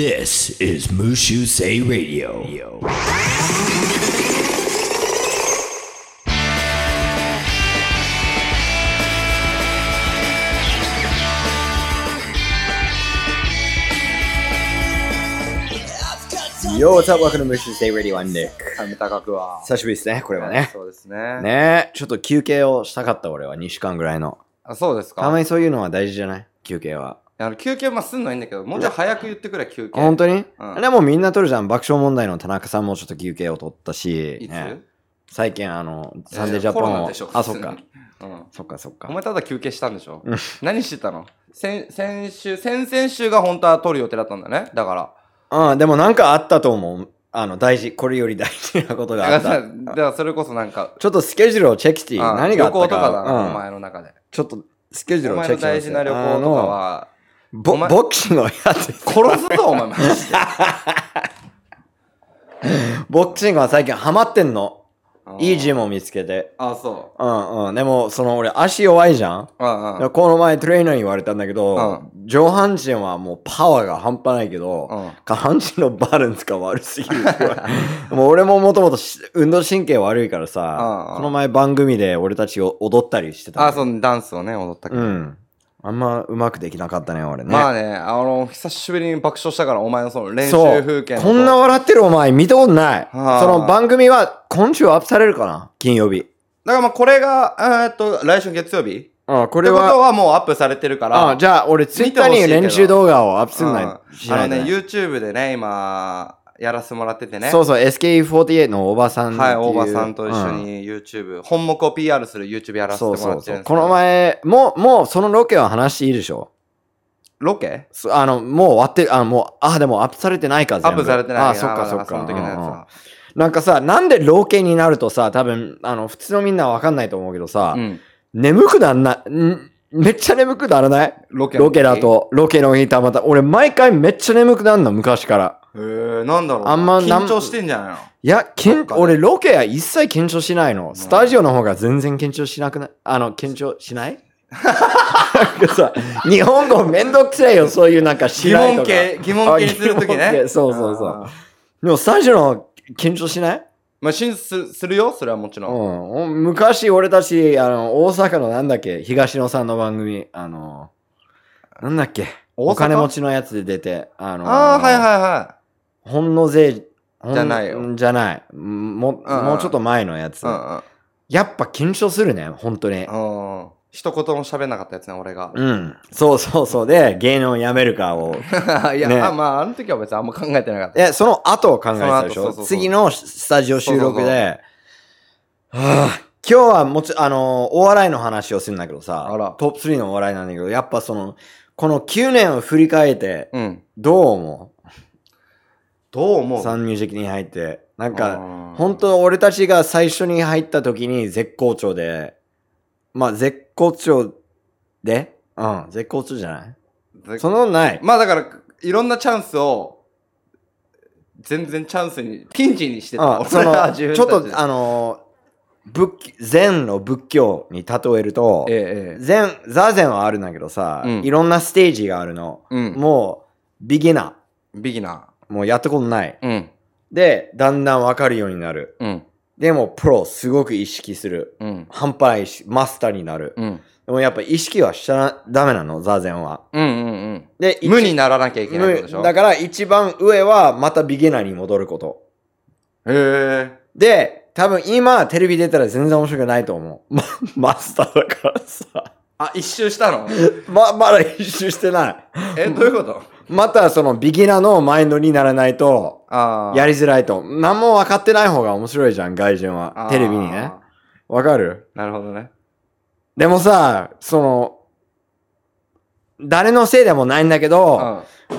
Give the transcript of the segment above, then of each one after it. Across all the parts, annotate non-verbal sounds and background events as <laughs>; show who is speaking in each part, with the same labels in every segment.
Speaker 1: This is Mushu Say Radio.
Speaker 2: よう、サブワクのムッシュステイレディワンデック。
Speaker 3: タイム高くは。
Speaker 2: 久しぶりですね、これはね。
Speaker 3: そうですね。
Speaker 2: ねえ、ちょっと休憩をしたかった俺は2週間ぐらいの。
Speaker 3: あそうです
Speaker 2: た
Speaker 3: か。
Speaker 2: まにそういうのは大事じゃない休憩は。
Speaker 3: あの休憩まあすんのはいいんだけど、もうちょい早く言ってくれ、休憩。
Speaker 2: あ本当に、
Speaker 3: うん
Speaker 2: でもみんな取るじゃん。爆笑問題の田中さんもちょっと休憩を取ったし、
Speaker 3: いつ、
Speaker 2: ね最近あの、サンデー
Speaker 3: い
Speaker 2: ジ
Speaker 3: や
Speaker 2: ャ
Speaker 3: コ
Speaker 2: パ
Speaker 3: ロ
Speaker 2: ン
Speaker 3: ナ
Speaker 2: を
Speaker 3: でしょ。
Speaker 2: あ、そっか
Speaker 3: 普。通にうん。
Speaker 2: そっかそっ
Speaker 3: お
Speaker 2: か。
Speaker 3: 前ただ休憩したんでしょ
Speaker 2: うん
Speaker 3: 何してたの先先週、先々週が本当は撮る予定だったんだね。だから。
Speaker 2: うん、でもなんかあったと思う。あの、大事。これより大事なことがあ
Speaker 3: だ
Speaker 2: っ
Speaker 3: <laughs> から
Speaker 2: た。
Speaker 3: だからそれこそなんか、
Speaker 2: ちょっとスケジュールをチェックしていい
Speaker 3: あ
Speaker 2: 何があったか。
Speaker 3: 旅行とかだな、
Speaker 2: うん
Speaker 3: お前の中で。
Speaker 2: ちょっとスケジュール
Speaker 3: お
Speaker 2: を
Speaker 3: 前
Speaker 2: チェッ
Speaker 3: の
Speaker 2: クします
Speaker 3: 大事な旅行とか
Speaker 2: あの
Speaker 3: は、
Speaker 2: ぼ
Speaker 3: お前
Speaker 2: ボクシングをやってて
Speaker 3: 殺すぞ、お前マジで。
Speaker 2: <laughs> ボクシングは最近ハマってんの。いいジ
Speaker 3: ム。
Speaker 2: ムを見つけて。
Speaker 3: あ、そ
Speaker 2: うんうん。でも、その俺足弱いじゃん。
Speaker 3: う。うんうん。
Speaker 2: この前トレーナーに言われたんだけど、上半身はもうパワーが半端ないけど、
Speaker 3: うん
Speaker 2: 下半身のバランスが悪すぎるって言 <laughs> われもう俺ももともとし運動神経悪いからさ、
Speaker 3: うんうん
Speaker 2: この前番組で俺たちを踊ったりしてた
Speaker 3: あ、
Speaker 2: う。
Speaker 3: そう、ダンスをね、踊ったけど。
Speaker 2: うん。あんまうまくできなかったね、俺ね。
Speaker 3: まあね、あの、久しぶりに爆笑したから、お前のその練習
Speaker 2: そう
Speaker 3: 風景のと
Speaker 2: こんな笑ってるお前見たことない。そ
Speaker 3: あ
Speaker 2: の番組は今週アップされるかな金曜日。
Speaker 3: だからまあ、これが、えーっと、来週月曜日
Speaker 2: あこ
Speaker 3: こ
Speaker 2: れ
Speaker 3: ってこと
Speaker 2: は、
Speaker 3: はもうアップされてるから。
Speaker 2: あじゃあ俺ツイッター
Speaker 3: 見てほし
Speaker 2: に
Speaker 3: いけど
Speaker 2: 練習動画をアップする
Speaker 3: うん
Speaker 2: ない
Speaker 3: あ
Speaker 2: しない
Speaker 3: のね、
Speaker 2: とね
Speaker 3: YouTube でね、今、やらせてもらっててね。
Speaker 2: そうそう、SKE48 のおばさんって
Speaker 3: はいい、
Speaker 2: う
Speaker 3: 大場さんと一緒
Speaker 2: うん
Speaker 3: に YouTube、本目を PR する YouTube やらせて
Speaker 2: そ
Speaker 3: も
Speaker 2: うそ
Speaker 3: ら
Speaker 2: う
Speaker 3: って
Speaker 2: そ
Speaker 3: るんですけ
Speaker 2: う。
Speaker 3: ど
Speaker 2: この、前、もう、もうそのロケは話していいでしょ
Speaker 3: ロケ
Speaker 2: そあの、もう終わって、あ、もう、あ、でもアップされてないか、
Speaker 3: ア
Speaker 2: 全部
Speaker 3: ップされてない
Speaker 2: あ、そっかそっか。
Speaker 3: その時のやつ
Speaker 2: うんうん
Speaker 3: は。
Speaker 2: なんかさ、なんでロケになるとさ、多分、あの、普通のみんなはわかんないと思うけどさ、
Speaker 3: うん。
Speaker 2: 眠くなんな、んめっちゃ眠くならない
Speaker 3: ロケの時
Speaker 2: ロケだ。と、ロケの日たまた、俺毎回めっちゃ眠くなるの、昔から。
Speaker 3: へー、なんだろうな。
Speaker 2: あんまなん
Speaker 3: 緊張してんじゃないの
Speaker 2: いや、けん
Speaker 3: かね
Speaker 2: 俺ロケは一切緊張しないの。スタジオの方が全然緊張しなくないあの、緊張しない <laughs> なんかさ、日本語めんどくせえよ、そういうなんかし
Speaker 3: 疑
Speaker 2: ないと
Speaker 3: 問
Speaker 2: か。
Speaker 3: 形、疑問形にするとき
Speaker 2: あ疑問
Speaker 3: ね。
Speaker 2: 形。そうそうそうんでもスタジオの方が緊張しない
Speaker 3: まあ、信すするよ、それはもちろん。
Speaker 2: うん。昔俺たち、あの、大阪のなんだっけ、東野さんの番組、あの、なんだっけ、
Speaker 3: 大阪
Speaker 2: お金持ちのやつで出て、あの、
Speaker 3: ああ、はいはいは
Speaker 2: ほんの税ほん
Speaker 3: じゃないよ
Speaker 2: じゃない。も
Speaker 3: うんうん
Speaker 2: もうちょっと前のやつ。
Speaker 3: い。
Speaker 2: やっぱ緊張するね、本当に
Speaker 3: う。んうん。うん。一言も喋んなかったやつね、俺が。
Speaker 2: うん。そうそうそう。で、芸能辞めるかを。
Speaker 3: <laughs> いや、
Speaker 2: ね
Speaker 3: あまあ、あの時は別にあんま考えてなかった。
Speaker 2: え、その後を考えてたでし
Speaker 3: その
Speaker 2: ょ
Speaker 3: 後そうそうそう
Speaker 2: 次のスタジオ収録
Speaker 3: そうそう
Speaker 2: で。はあ今日はもち、あの、お笑いの話をするんだけどさ
Speaker 3: あら、
Speaker 2: トップ3のお笑いなんだけど、やっぱその、この9年を振り返って、
Speaker 3: うん。
Speaker 2: どう思
Speaker 3: どう思
Speaker 2: う
Speaker 3: う
Speaker 2: サンミュージックに入って。なん
Speaker 3: う
Speaker 2: か、
Speaker 3: ん
Speaker 2: 本当俺たちが最初に入った時に絶好調で、まあ絶好調で、うん、絶好調じゃない
Speaker 3: で
Speaker 2: そのない。
Speaker 3: まあだから、いろんなチャンスを、全然チャンスに、ピンチにしてた。
Speaker 2: あそ
Speaker 3: 俺らは
Speaker 2: の
Speaker 3: <laughs> 自
Speaker 2: ちょっ
Speaker 3: 分
Speaker 2: たと
Speaker 3: で
Speaker 2: あの仏禅の仏教に例えると
Speaker 3: ええええ。
Speaker 2: 禅座禅はあるんだけどさ、
Speaker 3: うん
Speaker 2: いろんなステージがあるの、
Speaker 3: うん。
Speaker 2: もうビギナ
Speaker 3: ビギナ
Speaker 2: ーもうやったことない
Speaker 3: ー。うん。
Speaker 2: でだんだん分かるようになる
Speaker 3: うん。
Speaker 2: でもプロすごく意識する
Speaker 3: うん。
Speaker 2: 半端ないしマスターになる、
Speaker 3: うん。
Speaker 2: でもやっぱ意識はしちゃダメなの座禅は
Speaker 3: うんうん
Speaker 2: で
Speaker 3: うん。無にならなきゃい
Speaker 2: 一
Speaker 3: けないことでしょ
Speaker 2: 無だから一番上はまたビギナーに戻ること
Speaker 3: へえ。
Speaker 2: で、多分今テレビ出たら全然面白くないと思う。ま、 <laughs> マスターだからさ。
Speaker 3: あ、一周し
Speaker 2: <laughs>
Speaker 3: たの
Speaker 2: ま、まだ一周してない。
Speaker 3: え、どういうこと
Speaker 2: またそのビギナーのマインドにならないと、
Speaker 3: ああ。
Speaker 2: やりづらいと。何も分かってない方が面白いじゃん、外人は
Speaker 3: あ。ー
Speaker 2: テレビにね。。わかる
Speaker 3: なるほどね。
Speaker 2: でもさ、その、誰のせいでもないんだけど、
Speaker 3: うん。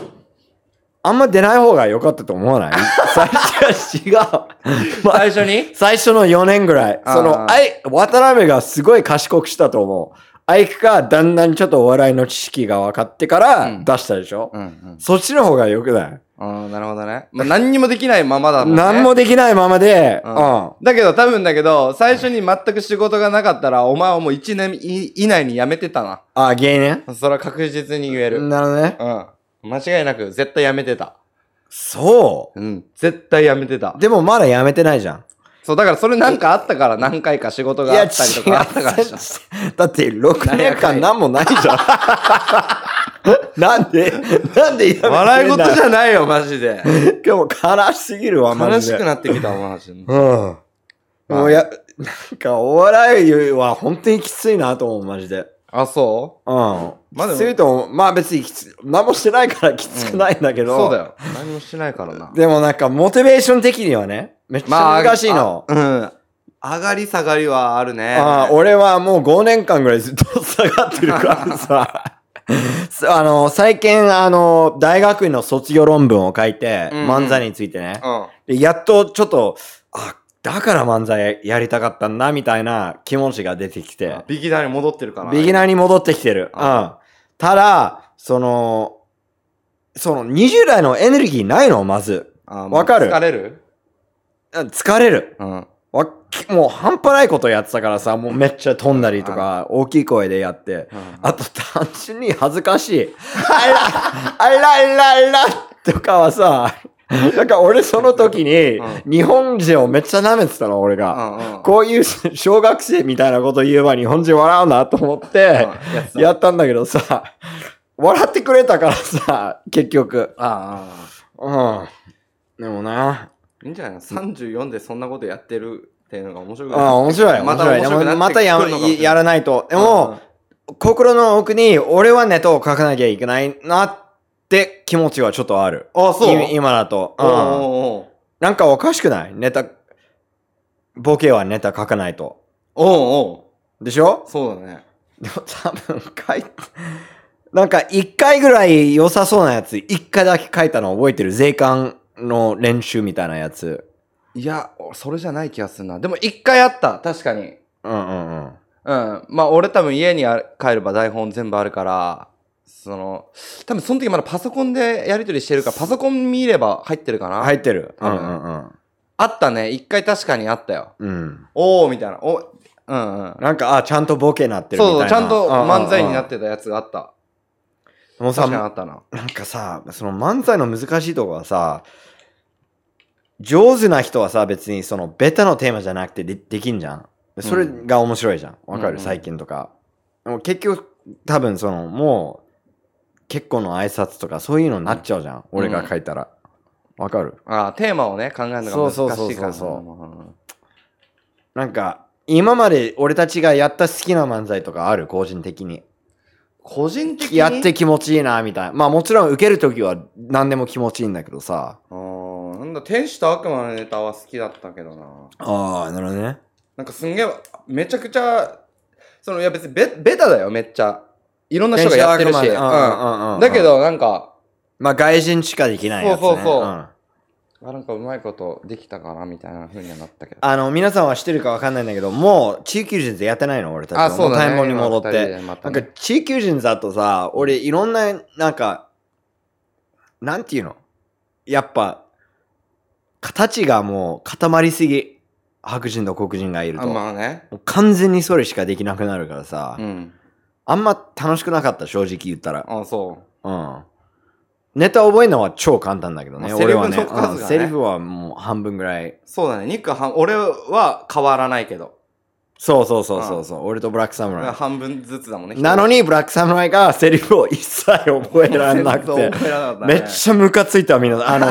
Speaker 2: あんま出ない方が良かったと思わ
Speaker 3: <laughs>
Speaker 2: ない最初は違う。ま
Speaker 3: 最初に
Speaker 2: 最初の4年ぐらい、
Speaker 3: あー
Speaker 2: その、あい、渡辺がすごい賢くしたと思う。あいくがだんだんちょっとお笑いの知識が分かってか
Speaker 3: う
Speaker 2: ら
Speaker 3: ん
Speaker 2: 出したでしょ、
Speaker 3: うんうん。
Speaker 2: そっちの方が良くない、
Speaker 3: ああ、なるほどね。まあ、何にもできないままだもんね。
Speaker 2: 何もできないままで、う。
Speaker 3: うんんだけど、多分だけど、最初に全く仕事がなかったら、お前はもう1年い以内に辞めてたな。
Speaker 2: あ、芸人
Speaker 3: それは確実に言える。
Speaker 2: なるほどね。
Speaker 3: うん。間違いなく、絶対辞めてた。
Speaker 2: そ
Speaker 3: うん。絶対やめてた
Speaker 2: う。。でもまだやめてないじゃん。
Speaker 3: そう、だからそれなんかあったから何回か仕事
Speaker 2: い
Speaker 3: があったりとかあったからでしょ。
Speaker 2: 違うだって6年間何もないじゃん。 <laughs> なんで、なんでやめてんだ
Speaker 3: 笑い事じゃないよ、マジで。
Speaker 2: でも悲しすぎるわ、 <laughs> マ
Speaker 3: 悲
Speaker 2: ジ
Speaker 3: し
Speaker 2: で。
Speaker 3: くなってきた、マジで。
Speaker 2: うん。もうや、なんかお笑いは本当にきついなと思う、マジで。
Speaker 3: あ、そ
Speaker 2: うん。
Speaker 3: まあでも
Speaker 2: きついと思う。まあ別にきつ、何もしてないから <laughs> きつくないんだけ
Speaker 3: う
Speaker 2: ど。
Speaker 3: そうだ。よ。何もしてないからな。
Speaker 2: でもなんかモチベーション的にはね、めっち
Speaker 3: ま
Speaker 2: ゃ
Speaker 3: あ
Speaker 2: 難しいの。
Speaker 3: うん。上がり下がりはあるね。
Speaker 2: ああ俺はもう5年間ぐらいずっと下がってるから
Speaker 3: <laughs>
Speaker 2: さ。そうあの、最近、あの、大学院の卒業論文を書いて、
Speaker 3: うんうん
Speaker 2: 漫才についてね。
Speaker 3: うん。
Speaker 2: でやっとちょっと、あ、だから漫才やりたかったんだ、みたいな気持ちが出てきて、
Speaker 3: ビギナーに戻ってるから。
Speaker 2: ビギナーに戻ってきてる。うん。
Speaker 3: あ
Speaker 2: ただ、その、その20代のエネルギーないのまず。
Speaker 3: あ
Speaker 2: わかる
Speaker 3: 疲れる
Speaker 2: あ疲れる。
Speaker 3: うん。
Speaker 2: わきもう半端ないことやってたからさ、もうめっちゃ飛んだりとか、大きい声でやって。あと単純に恥ずかしい。あら、あ <laughs> ら、あら、あら、とかはさ、なんか俺その時に
Speaker 3: う、
Speaker 2: 日本人をめっちゃ舐めてたの、俺が。
Speaker 3: あ
Speaker 2: こういう小学生みたいなこと言えば日本人笑うなと思って、
Speaker 3: や
Speaker 2: やったんだけどさ、笑ってくれたからさ、結局。
Speaker 3: あああ。
Speaker 2: うん。でもな、
Speaker 3: いいんじゃないの ?34 でそんなことやってるっていうのが面白い。
Speaker 2: ああ、面白い。
Speaker 3: ま
Speaker 2: 面
Speaker 3: た
Speaker 2: 白い。
Speaker 3: 面
Speaker 2: で
Speaker 3: 白くなってくるのか
Speaker 2: も
Speaker 3: も
Speaker 2: ま
Speaker 3: しれ
Speaker 2: た
Speaker 3: ない
Speaker 2: ややらないと。で
Speaker 3: で
Speaker 2: も、、心の奥に俺はネタを書かなきゃいけないなって気持ちはちょっとある。
Speaker 3: あそう
Speaker 2: い今だと。
Speaker 3: うんおう
Speaker 2: うん
Speaker 3: おう
Speaker 2: なんかおかしくないネタ、ボケはネタ書かないと。
Speaker 3: おうおうお
Speaker 2: でしょ
Speaker 3: うそうだね。
Speaker 2: でも多分書い、なんか一回ぐらい良さそうなやつ、一回だけ書いたの覚えてる。税関の練習みたいなやつ。
Speaker 3: いや、それじゃない気がするな。でも一回あった、確かに。
Speaker 2: うんうんうん。
Speaker 3: うん。まあ俺多分家にあ帰れば台本全部あるから、その、多分その時まだパソコンでやり取りしてるから、パソコン見れば入ってるかな、
Speaker 2: 入ってる。う
Speaker 3: 多
Speaker 2: ん
Speaker 3: 分
Speaker 2: うん
Speaker 3: あったね。一回確かにあったよ。
Speaker 2: うん。うん。
Speaker 3: おおみたいな。おうんうん。
Speaker 2: なんか、あ、ちゃんとボケなってるみた
Speaker 3: そ
Speaker 2: いう
Speaker 3: そ
Speaker 2: な。。
Speaker 3: う、ちゃんと漫才になっててたやつがあった。
Speaker 2: もうさ、
Speaker 3: 確かにあ
Speaker 2: な
Speaker 3: ったな。
Speaker 2: んかさ、その漫才の難しいとこはさ、上手な人はさ、別にそのベタのテーマじゃなくてでできんじゃん。でそれが面白いじゃん。わか
Speaker 3: うんう
Speaker 2: る
Speaker 3: ん
Speaker 2: 最近とか。でも結局、多分その、もう、結構の挨拶とかそういうのになっちゃうじゃん。俺が書いたら。わかる
Speaker 3: ああ、テーマをね、考えるのが難しいから。
Speaker 2: そうそうそうそうそう
Speaker 3: うん
Speaker 2: なんか、今まで俺たちがやった好きな漫才とかある個人的に。
Speaker 3: 個人的に。
Speaker 2: やって気持ちいいな、みたいな。まあもちろん受けるときは何でも気持ちいいんだけどさ。
Speaker 3: あーなんだ、天使と悪魔のネタは好きだったけどな。
Speaker 2: ああ、なるほどね。
Speaker 3: なんかすんげえ、めちゃくちゃ、その、いや別にベベタだよ、めっちゃ。いろんな人がやってるし。
Speaker 2: 電車は
Speaker 3: う
Speaker 2: 車でうんうんうんうんん
Speaker 3: だけど、なんか、
Speaker 2: まあ外人しかできないやつ、ね。
Speaker 3: そうそうそうんあなんかうまいことできたかな、みたいな風にはなったけど。
Speaker 2: あの、皆さんは知ってるかわかんないんだけど、もう地域人でやってないの俺たちは。
Speaker 3: あそうだね
Speaker 2: もうタイムに戻っ
Speaker 3: 今二
Speaker 2: て
Speaker 3: 人。でまた
Speaker 2: なん
Speaker 3: ね
Speaker 2: か地域人だとさ、俺いろんな、なんか、なんていうのやっぱ、形がもう固まりすぎ。白人と黒人がいると。
Speaker 3: あまあね。
Speaker 2: もう完全にそれしかできなくなるからさ。
Speaker 3: うん。
Speaker 2: あんま楽しくなかった、正直言ったら。
Speaker 3: あそう。
Speaker 2: うん。ネタ覚えるのは超簡単だけどね。
Speaker 3: まあセリ
Speaker 2: 俺は
Speaker 3: フの
Speaker 2: ね
Speaker 3: 数がね
Speaker 2: うんセリフはもう半分ぐらい。
Speaker 3: そうだね、ニックはん、俺は変わらないけど。
Speaker 2: そうそうそうそうそう。俺とブラックサムラ
Speaker 3: 半分ずつだもんね。
Speaker 2: イ。なのに、ブラックサムライがセリフを一切覚えられな
Speaker 3: <laughs>
Speaker 2: く
Speaker 3: 全
Speaker 2: て
Speaker 3: 然。覚えられなかったね
Speaker 2: めっちゃムカついた、みんな。あ
Speaker 3: <laughs>
Speaker 2: の、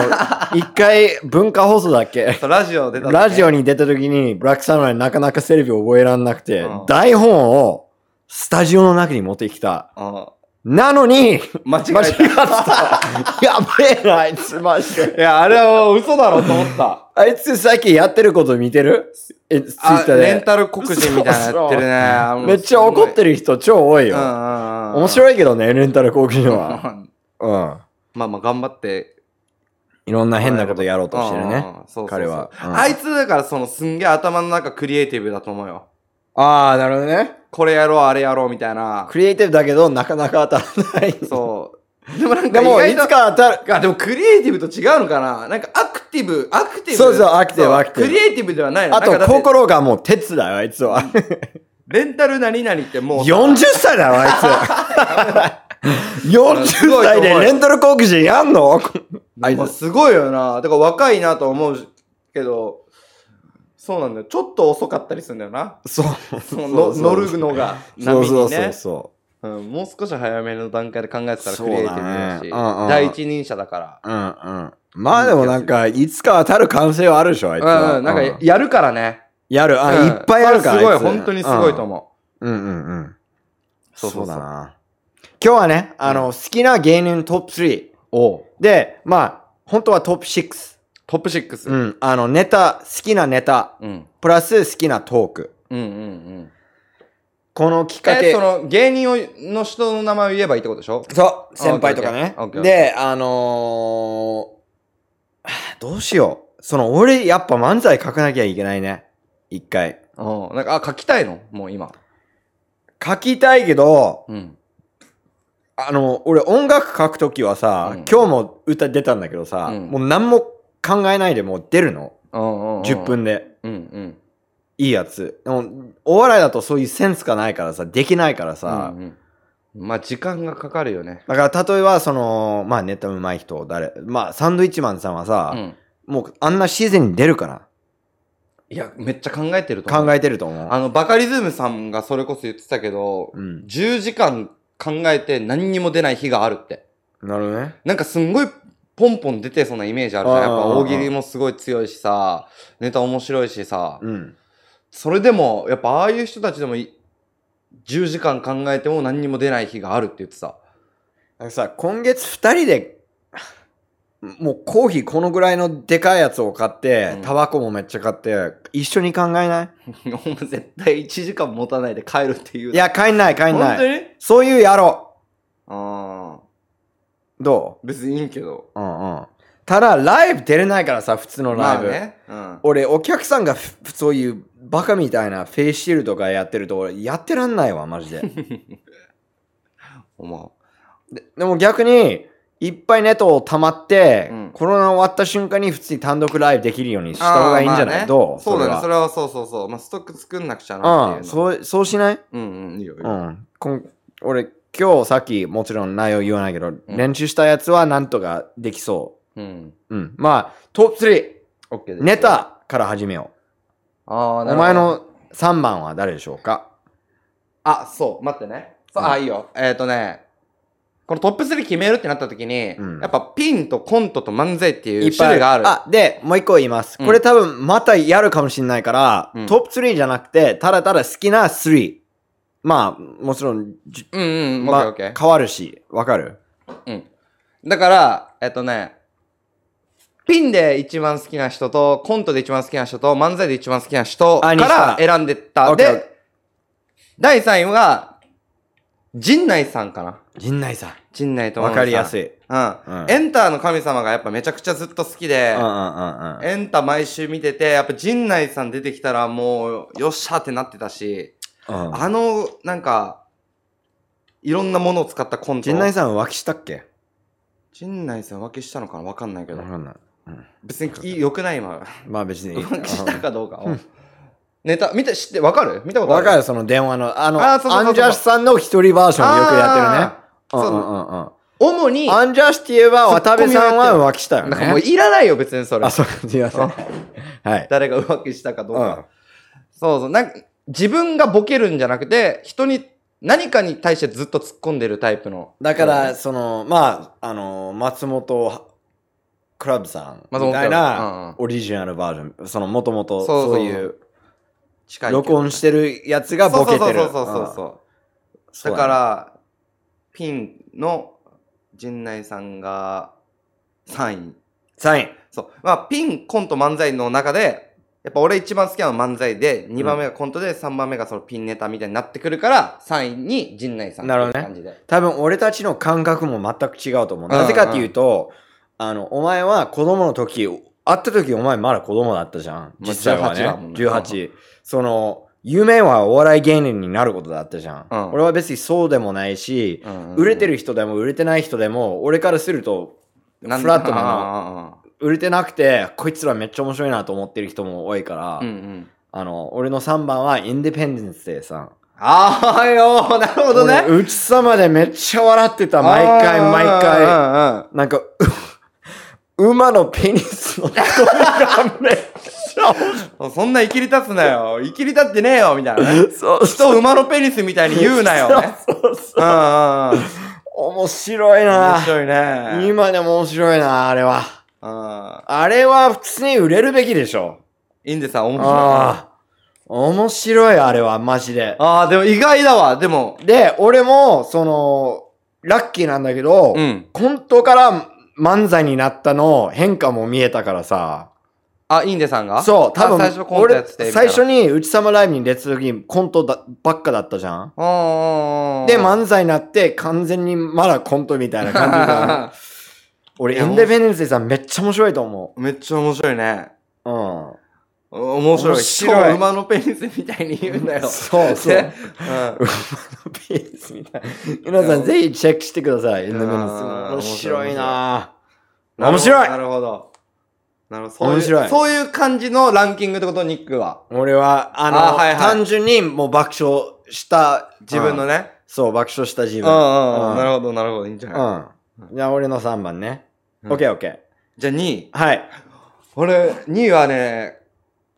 Speaker 2: 一回文化放送だっけ
Speaker 3: そうラジオ出た時ね
Speaker 2: ラジオに出た時に、ブラックサムライなかなかセリフを覚えられなくて
Speaker 3: うん、
Speaker 2: 台本をスタジオの中に持ってきた。
Speaker 3: あ
Speaker 2: なのに、
Speaker 3: 間 <laughs> 違え
Speaker 2: 間違って
Speaker 3: た。
Speaker 2: た。やべえな、あいつ、マジで。
Speaker 3: いや、あれはもう嘘だろうと思った。
Speaker 2: あいつさっきやってること見てるえ、ツイ
Speaker 3: あ
Speaker 2: ッター
Speaker 3: レン
Speaker 2: で。
Speaker 3: タル黒人みたいなのやってるねあの。
Speaker 2: めっちゃ怒ってる人超多い
Speaker 3: るよ。
Speaker 2: よ。面
Speaker 3: 面い。
Speaker 2: 白いけどね、レンタル講義のは。うん。
Speaker 3: <laughs> まあまあ頑張って。
Speaker 2: いろんな変なことやろうとしてるね。
Speaker 3: うん。そうそうそう
Speaker 2: 彼はうん
Speaker 3: あいつだからそのすんげえ頭の中クリエイティブだと思うよ。
Speaker 2: ああ、なるほどね。
Speaker 3: これやろう、あれやろうみたいな。
Speaker 2: <laughs> クリエイティブだけど、なかなか当たらない。
Speaker 3: そう。でもなん
Speaker 2: <laughs> で
Speaker 3: か意
Speaker 2: も、
Speaker 3: 外
Speaker 2: い
Speaker 3: と
Speaker 2: つか当たる。
Speaker 3: あでもクリエイティブと違うのかななんかアクティブ、アクティブ。
Speaker 2: そうそうアクティブ
Speaker 3: そう
Speaker 2: アクティブ
Speaker 3: クリエイティブではないの。
Speaker 2: あ
Speaker 3: な
Speaker 2: と、
Speaker 3: んかだって
Speaker 2: 心がもう鉄だよ、あいつは。
Speaker 3: レンタル何々ってもうさ。
Speaker 2: 40歳だよ、あい
Speaker 3: <laughs>
Speaker 2: 40歳
Speaker 3: すごいと思
Speaker 2: で
Speaker 3: う
Speaker 2: レンタル好奇心やん
Speaker 3: <laughs>
Speaker 2: のあい
Speaker 3: まあ
Speaker 2: つ
Speaker 3: すごいよな。だから若いなと思うけど、そうなんだよ。ちょっと遅かったりするんだよな。
Speaker 2: そう。
Speaker 3: そのの乗るのが
Speaker 2: そう
Speaker 3: 波
Speaker 2: そ
Speaker 3: に
Speaker 2: うそう
Speaker 3: ね。
Speaker 2: そ
Speaker 3: うんもう少し早めの段階で考えてたらクリエイテ
Speaker 2: そ
Speaker 3: ィブだし、
Speaker 2: うだねうんうん
Speaker 3: 第一人者だか
Speaker 2: う。うんうん。まあでもなんか、いつかはたる感性はあるでしょ、あいつ
Speaker 3: ら。
Speaker 2: は。
Speaker 3: うん、なんかやるからね。
Speaker 2: やる。あ、
Speaker 3: うん
Speaker 2: いっぱいあるから。
Speaker 3: それ
Speaker 2: あ
Speaker 3: は
Speaker 2: つ
Speaker 3: すごい、本当にすごいと思
Speaker 2: うんうんうん。
Speaker 3: そうそうそう
Speaker 2: だな。今日はね、あの、好きな芸人トップ3。
Speaker 3: う。お
Speaker 2: で、まあ、本当はトップ6。
Speaker 3: トップ6。。
Speaker 2: うんん。あの、ネタ、好きなネタ、
Speaker 3: うん。
Speaker 2: プラス好きなトーク。
Speaker 3: うんうんうん。
Speaker 2: このきっかけ。
Speaker 3: え、その芸人をの人の名前を言えばいいってことでしょ
Speaker 2: そう、先輩とかね
Speaker 3: オッケーオッケーオッケーオッケー。
Speaker 2: で、あのー、はあどうしよう。その、俺、やっぱ漫才書かなきゃいけないね。一回。
Speaker 3: うん。なんか、あ、書きたいのもう今。
Speaker 2: 書きたいけど、
Speaker 3: うん。
Speaker 2: あの、俺音楽書くときはさ、
Speaker 3: うん
Speaker 2: 今日も歌出たんだけどさ、
Speaker 3: うん
Speaker 2: もう何も考えないでもう出るの。
Speaker 3: うんうんうん。
Speaker 2: 10。分で。
Speaker 3: うんうん。
Speaker 2: いいやつ。でも、お笑いだとそういうセンスがないからさ、できないからさ、
Speaker 3: うんうん、まあ時間がかかるよね。
Speaker 2: だから、例えば、その、まあ、ネタうまい人、誰、まあ、サンドイッチマンさんは
Speaker 3: う
Speaker 2: さ、
Speaker 3: ん、
Speaker 2: もう、あんな自然に出るから。
Speaker 3: いやめっちゃ考えてると思う。
Speaker 2: 考えてると思う。
Speaker 3: あのバカリズムさんがそれこそ言ってたけど、
Speaker 2: うん。
Speaker 3: 10時間考えて何にも出ない日があるって。
Speaker 2: なるほどね。
Speaker 3: なんかすんごいポンポン出てそうなイメージあるじゃん。やっぱ
Speaker 2: あー
Speaker 3: 大喜利もすごい強いしさ、ネタ面白いしさ。
Speaker 2: うん。
Speaker 3: それでもやっぱああいう人たちでもい10時間考えても何にも出ない日があるって言ってた。
Speaker 2: なんかさ、今月二人で、もうコーヒーこのぐらいのでかいやつを買って、
Speaker 3: うん
Speaker 2: タバコもめっちゃ買って、一緒に考えない
Speaker 3: お前絶対1時間持たないで帰るっていう。
Speaker 2: い、や、帰んない、帰ん
Speaker 3: 本
Speaker 2: な
Speaker 3: 当
Speaker 2: い。
Speaker 3: に
Speaker 2: そういうやろ
Speaker 3: ああ。
Speaker 2: う。ど
Speaker 3: 別にいいけど。
Speaker 2: ううんうん。ただ、ライブ出れないからさ、普通のライブ。
Speaker 3: まあね。
Speaker 2: 俺、お客さんがふそういうバカみたいなフェイスシールとかやってると、俺、やってらんないわ、マ
Speaker 3: <laughs>
Speaker 2: ジで。
Speaker 3: うん。ま
Speaker 2: でも逆に、いっぱいネットを溜まって、
Speaker 3: うん
Speaker 2: コロナ終わった瞬間に普通に単独ライブできるようにした方がいいんじゃない、
Speaker 3: あーまあね
Speaker 2: どう
Speaker 3: そうだね。そ
Speaker 2: れ
Speaker 3: れはそうそうそう。まあ、ストック作んなくちゃな
Speaker 2: は
Speaker 3: っ
Speaker 2: うん、
Speaker 3: ていうの。
Speaker 2: そう、そうしない
Speaker 3: うんうん、いいよ。いいうよ
Speaker 2: ん。こん俺、今日さっきもちろん内容言わないけど、練習したやつはなんとかできそ
Speaker 3: うん。
Speaker 2: う。うん。まあ、トップ3、
Speaker 3: オッケーです。
Speaker 2: ネ。タから始めよ
Speaker 3: ああ、
Speaker 2: う。お
Speaker 3: なるほど
Speaker 2: 前。の3番は誰でしょうか
Speaker 3: あ、そう、待ってね。そう
Speaker 2: うん
Speaker 3: あ、いいよ。えっとね。このトップ3決めるってなった時に、
Speaker 2: うん
Speaker 3: やっぱピンとコントと漫才ってい
Speaker 2: いうっぱい
Speaker 3: 種類がある。
Speaker 2: あ、で、もう一個言います。
Speaker 3: うん
Speaker 2: これ多分またやるかもしれないから、
Speaker 3: うん
Speaker 2: トップ3じゃなくて、ただただ好きな3。まあ、もちろん、じ
Speaker 3: うんうん、オッケ
Speaker 2: ま
Speaker 3: ーオッケー。
Speaker 2: 変わるし、わかる
Speaker 3: だから、えっとね、ピンで一番好きな人と、コントで一番好きな人と、漫才で一番好きな人
Speaker 2: あ
Speaker 3: か
Speaker 2: にした
Speaker 3: ら選んでっ
Speaker 2: オ
Speaker 3: た。
Speaker 2: ッケーオッケ
Speaker 3: で、第3位は、陣内さんかな。
Speaker 2: 陣内さ
Speaker 3: 陣内
Speaker 2: ん。
Speaker 3: と
Speaker 2: わかりやす
Speaker 3: い。
Speaker 2: い。
Speaker 3: うん。
Speaker 2: うん
Speaker 3: エンターの神様がやっぱめちゃくちゃずっと好きで
Speaker 2: うんう、んうんうん。
Speaker 3: エンタ毎週見てて、やっぱ陣内さん出てきたらもう、よっしゃってなってたし、
Speaker 2: うん
Speaker 3: あの、なんか、いろんなものを使ったコント。
Speaker 2: 陣内さん浮気したっけ
Speaker 3: 陣内さん浮気したのかなわかんないけど
Speaker 2: わ。かんない。
Speaker 3: 別にいい良くない今
Speaker 2: まあ別にいい。
Speaker 3: 浮気したかどうかをネタ見て知ってわかる見た
Speaker 2: う
Speaker 3: こ
Speaker 2: ん
Speaker 3: とあ
Speaker 2: わ
Speaker 3: る
Speaker 2: か
Speaker 3: る
Speaker 2: る、その電話の。あの、
Speaker 3: あそうそうそうそう
Speaker 2: アンジャッシュさんの一人バージョンよくやってるね。うん
Speaker 3: そううん
Speaker 2: うんうん。
Speaker 3: 主に
Speaker 2: アンジャッシュって言えば、渡部さん
Speaker 3: ツッコミをやって
Speaker 2: は浮気したよ
Speaker 3: なんかもう
Speaker 2: ね。
Speaker 3: いらないよ別にそれ
Speaker 2: あ、そう、すいません。はい。
Speaker 3: 誰が浮気したかどう
Speaker 2: うん
Speaker 3: かそうそうなんか自分がボケるんじゃなくて人に何かに対してずっと突っ込んでるタイプの
Speaker 2: だから、
Speaker 3: うん
Speaker 2: その、まあ、あの、松本クラブさん
Speaker 3: 松本
Speaker 2: み
Speaker 3: ク
Speaker 2: たい
Speaker 3: ラブうんうん
Speaker 2: なオリジナルバージョン、その、もともと
Speaker 3: そうそう
Speaker 2: そういう
Speaker 3: 近い距離
Speaker 2: 録音してるやつがボケてる。
Speaker 3: そうそうそうそうそう
Speaker 2: う
Speaker 3: そ
Speaker 2: ん
Speaker 3: うだからピンの陣内さんが3位
Speaker 2: サイン。
Speaker 3: そう。まあ、ピン、コント、漫才の中で、やっぱ俺一番好きなのは漫才で、2番目がコントで、3番目がそのピンネタみたいになってくるから、3位に陣内さんって
Speaker 2: なるほ
Speaker 3: いう
Speaker 2: どね
Speaker 3: 感じで。
Speaker 2: 多分、俺たちの感覚も全く違うと思う。
Speaker 3: うんうん
Speaker 2: なぜかっていうと、あの、お前は子供の時、会った時お前まだ子供だったじゃん。実際はね。
Speaker 3: 18だもんね
Speaker 2: 18。その、夢はお笑い芸人になることだったじゃん。
Speaker 3: うん
Speaker 2: 俺は別にそうでもないし、売れてる人でも売れてない人でも、俺からすると、
Speaker 3: フ
Speaker 2: フラットなの
Speaker 3: な
Speaker 2: 売れてなくてこいつらめっちゃ面白いなと思ってる人も多いか
Speaker 3: の
Speaker 2: ら、
Speaker 3: うんうん。
Speaker 2: あの俺の3番はインディペンデンスデーさん
Speaker 3: ああよー、なるほどね。
Speaker 2: 俺うちさまでめっちゃ笑ってた、毎回毎回。
Speaker 3: 回。
Speaker 2: なんか、う <laughs> 馬のペニスのとこがめっちゃ面
Speaker 3: うんそんな生きり立つなよ。生きり立ってねえよ、みたい
Speaker 2: <laughs>
Speaker 3: なね。
Speaker 2: 白い。
Speaker 3: 人を馬のペニスみたいに言うなよ、ね。
Speaker 2: そうそう
Speaker 3: うんうんうん。面
Speaker 2: 面白いな。
Speaker 3: 白いね。
Speaker 2: 今でも面白いな、あれは。
Speaker 3: うん。
Speaker 2: あれは普通に売れるべきでしょ。
Speaker 3: いいんでさ、面白い。あ
Speaker 2: ああ。面白い、あれは、マジで。
Speaker 3: あー、でも意外だわ。でも、
Speaker 2: で、俺も、その、ラッキーなんだけど、
Speaker 3: うん。
Speaker 2: コントから漫才になったの変化も見えたからさ。
Speaker 3: あ、インデさんが
Speaker 2: そう、多
Speaker 3: あ
Speaker 2: 分、
Speaker 3: 最初コントやっててみ
Speaker 2: 俺
Speaker 3: た
Speaker 2: 最
Speaker 3: いな。
Speaker 2: 初に内様ライブに出た時、コントだばっかだったじゃん。
Speaker 3: うんうんうん。
Speaker 2: で、
Speaker 3: <laughs>
Speaker 2: 漫才になって、完全にまだコントみたいな感じが。俺、
Speaker 3: い
Speaker 2: イ
Speaker 3: や
Speaker 2: ンデペンデンスさんめっちゃ面白いと思
Speaker 3: めっちゃ面白いね。
Speaker 2: う。うん。
Speaker 3: お面白い。
Speaker 2: 面白い
Speaker 3: 人を馬のペニスみたいに言うなよ。
Speaker 2: そうそう。
Speaker 3: ねうん
Speaker 2: ピースみたい。皆さんぜひチェックしてください。インドメニス。
Speaker 3: あー
Speaker 2: 面白いな
Speaker 3: な
Speaker 2: 面
Speaker 3: るほど
Speaker 2: 白い
Speaker 3: なるほど。なるほど。そう
Speaker 2: 面
Speaker 3: い
Speaker 2: 白
Speaker 3: う、
Speaker 2: い
Speaker 3: そういう感じのランキングってこと、ニックは。
Speaker 2: 俺は、あの
Speaker 3: あーはいはい
Speaker 2: 単純にもう爆笑した
Speaker 3: 自分の
Speaker 2: ね。
Speaker 3: ね。
Speaker 2: そう、爆笑した自
Speaker 3: う
Speaker 2: 分。
Speaker 3: んうん
Speaker 2: う
Speaker 3: う。
Speaker 2: んん
Speaker 3: なるほど、なるほど。いいんじゃない
Speaker 2: うん。じゃあ俺の3番ね。
Speaker 3: うん
Speaker 2: オッケーオッケー。
Speaker 3: じゃあ2位。
Speaker 2: はい。
Speaker 3: 俺、2位はね、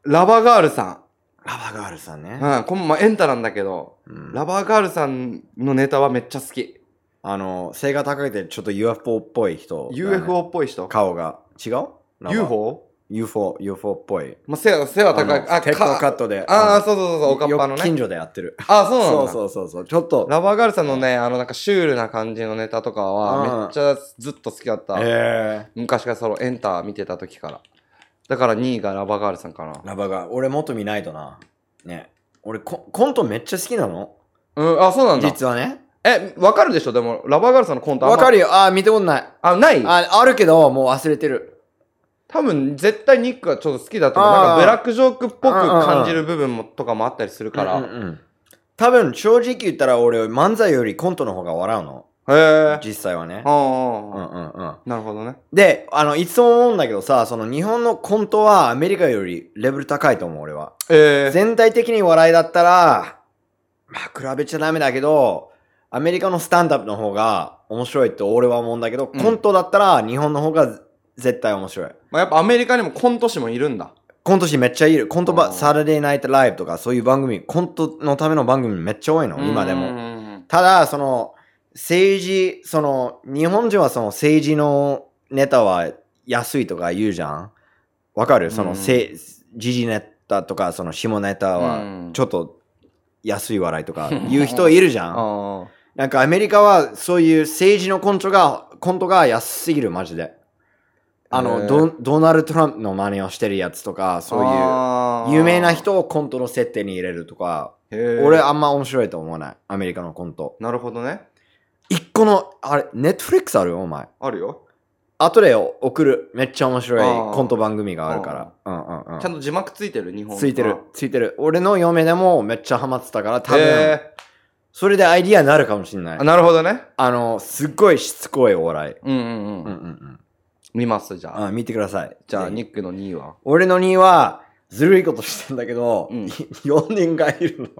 Speaker 3: ラバーガールさ
Speaker 2: ラバガールさんね
Speaker 3: ん。。うん。こんまあ、エンタなんだけど、
Speaker 2: うん
Speaker 3: ラバーガールさんのネタはめっちゃ好き。
Speaker 2: あの、背が高くてちょっと UFO っぽい人、
Speaker 3: UFO っぽい人。
Speaker 2: 顔が。違う
Speaker 3: UFO?
Speaker 2: ?UFO、UFO っぽい。
Speaker 3: まあ、背は、背は高い。
Speaker 2: あの鉄
Speaker 3: か
Speaker 2: 鋼カットで。
Speaker 3: ああ、
Speaker 2: の
Speaker 3: そうそうそうそう、おかっぱの
Speaker 2: よく近
Speaker 3: ね。
Speaker 2: 所でやってる。
Speaker 3: あ、そうなんだ。
Speaker 2: そうそうそうそう。ちょっと。
Speaker 3: ラバーガールさんのね、あのなんかシュールな感じのネタとか
Speaker 2: う
Speaker 3: は、
Speaker 2: ん
Speaker 3: めっちゃずっと好きだった。
Speaker 2: えー
Speaker 3: 昔からそのエンター見てた時から。だから2位がラバーガールさんかな。
Speaker 2: ラバが俺もっと見ないとな。ね。俺コ、コントめっちゃ好きなの
Speaker 3: うん、あ、そうなんだ。
Speaker 2: 実はね。
Speaker 3: え、わかるでしょでも、ラバーガールさんのコントあんま
Speaker 2: わかるよ。あー見たことない。
Speaker 3: あ、ない
Speaker 2: あ、あるけど、もう忘れてる。
Speaker 3: 多分、絶対ニックはちょっと好きだと思う。
Speaker 2: あー
Speaker 3: なんかブラックジョークっぽく
Speaker 2: うんうんうん
Speaker 3: 感じる部分もとかもあったりするか
Speaker 2: うん
Speaker 3: ら。
Speaker 2: うんうん多分、正直言ったら俺、漫才よりコントの方が笑うの。
Speaker 3: へえ。
Speaker 2: 実際はね
Speaker 3: あ。
Speaker 2: うんうん
Speaker 3: あ、
Speaker 2: うん。
Speaker 3: なるほどね。
Speaker 2: で、あの、いつも思うんだけどさ、その日本のコントはアメリカよりレベル高いと思う、俺は。
Speaker 3: ええ。
Speaker 2: 全体的に笑いだったら、まあ、比べちゃダメだけど、アメリカのスタンダップの方が面白いと俺は思うんだけど、
Speaker 3: うん
Speaker 2: コントだったら日本の方が絶対面白い。
Speaker 3: まあやっぱアメリカにもコント師もいるんだ。
Speaker 2: コント師めっちゃいる。コント
Speaker 3: あー
Speaker 2: ば、サタデーナイトライブとかそういう番組、コントのための番組めっちゃ多いの、今で
Speaker 3: うんう
Speaker 2: も。
Speaker 3: んうん。
Speaker 2: ただ、その、政治、その、日本人はその政治のネタは安いとか言うじゃんわかるそ
Speaker 3: うん
Speaker 2: の、せ、時事ネタとか、その下ネタは、
Speaker 3: うん
Speaker 2: ちょっと安い笑いと
Speaker 3: <laughs>
Speaker 2: か言う人いるじゃん。
Speaker 3: ああ。
Speaker 2: なんかアメリカはそういう政治のコントが、コントが安すぎる、マジで。あ
Speaker 3: へ
Speaker 2: の、
Speaker 3: ー
Speaker 2: ドドナルド・トランプの真似をしてるやつとか、そう
Speaker 3: あ
Speaker 2: いう
Speaker 3: ー
Speaker 2: 有名な。人をコントの設定に入れるとか、
Speaker 3: 俺
Speaker 2: 俺あんま面白いと思わない、アメリカのコント。
Speaker 3: なるほどね。
Speaker 2: 一個の、あれ、ネットフリックスあるよ、お前。
Speaker 3: あるよ。
Speaker 2: 後で送る。めっちゃ面白
Speaker 3: あー
Speaker 2: いコント番組があるから。うんうんうん
Speaker 3: ちゃんと字幕ついてる、日本の
Speaker 2: ついてる、ついてる。俺の嫁でもめっちゃハマってたから、多分、
Speaker 3: へ
Speaker 2: それでアイディアになるかもしんない
Speaker 3: ーあ。なるほどね。
Speaker 2: あの、すっごいしつこいお笑い。
Speaker 3: うんうん
Speaker 2: う
Speaker 3: うん
Speaker 2: うん
Speaker 3: ん。
Speaker 2: うん。
Speaker 3: 見ます、じゃあ。
Speaker 2: あ見てください。
Speaker 3: じゃあ、
Speaker 2: ぜひ
Speaker 3: ニックの2位は。
Speaker 2: 俺の2は、ずるいことしてんだけど、 <laughs>
Speaker 3: うん
Speaker 2: 4人がいる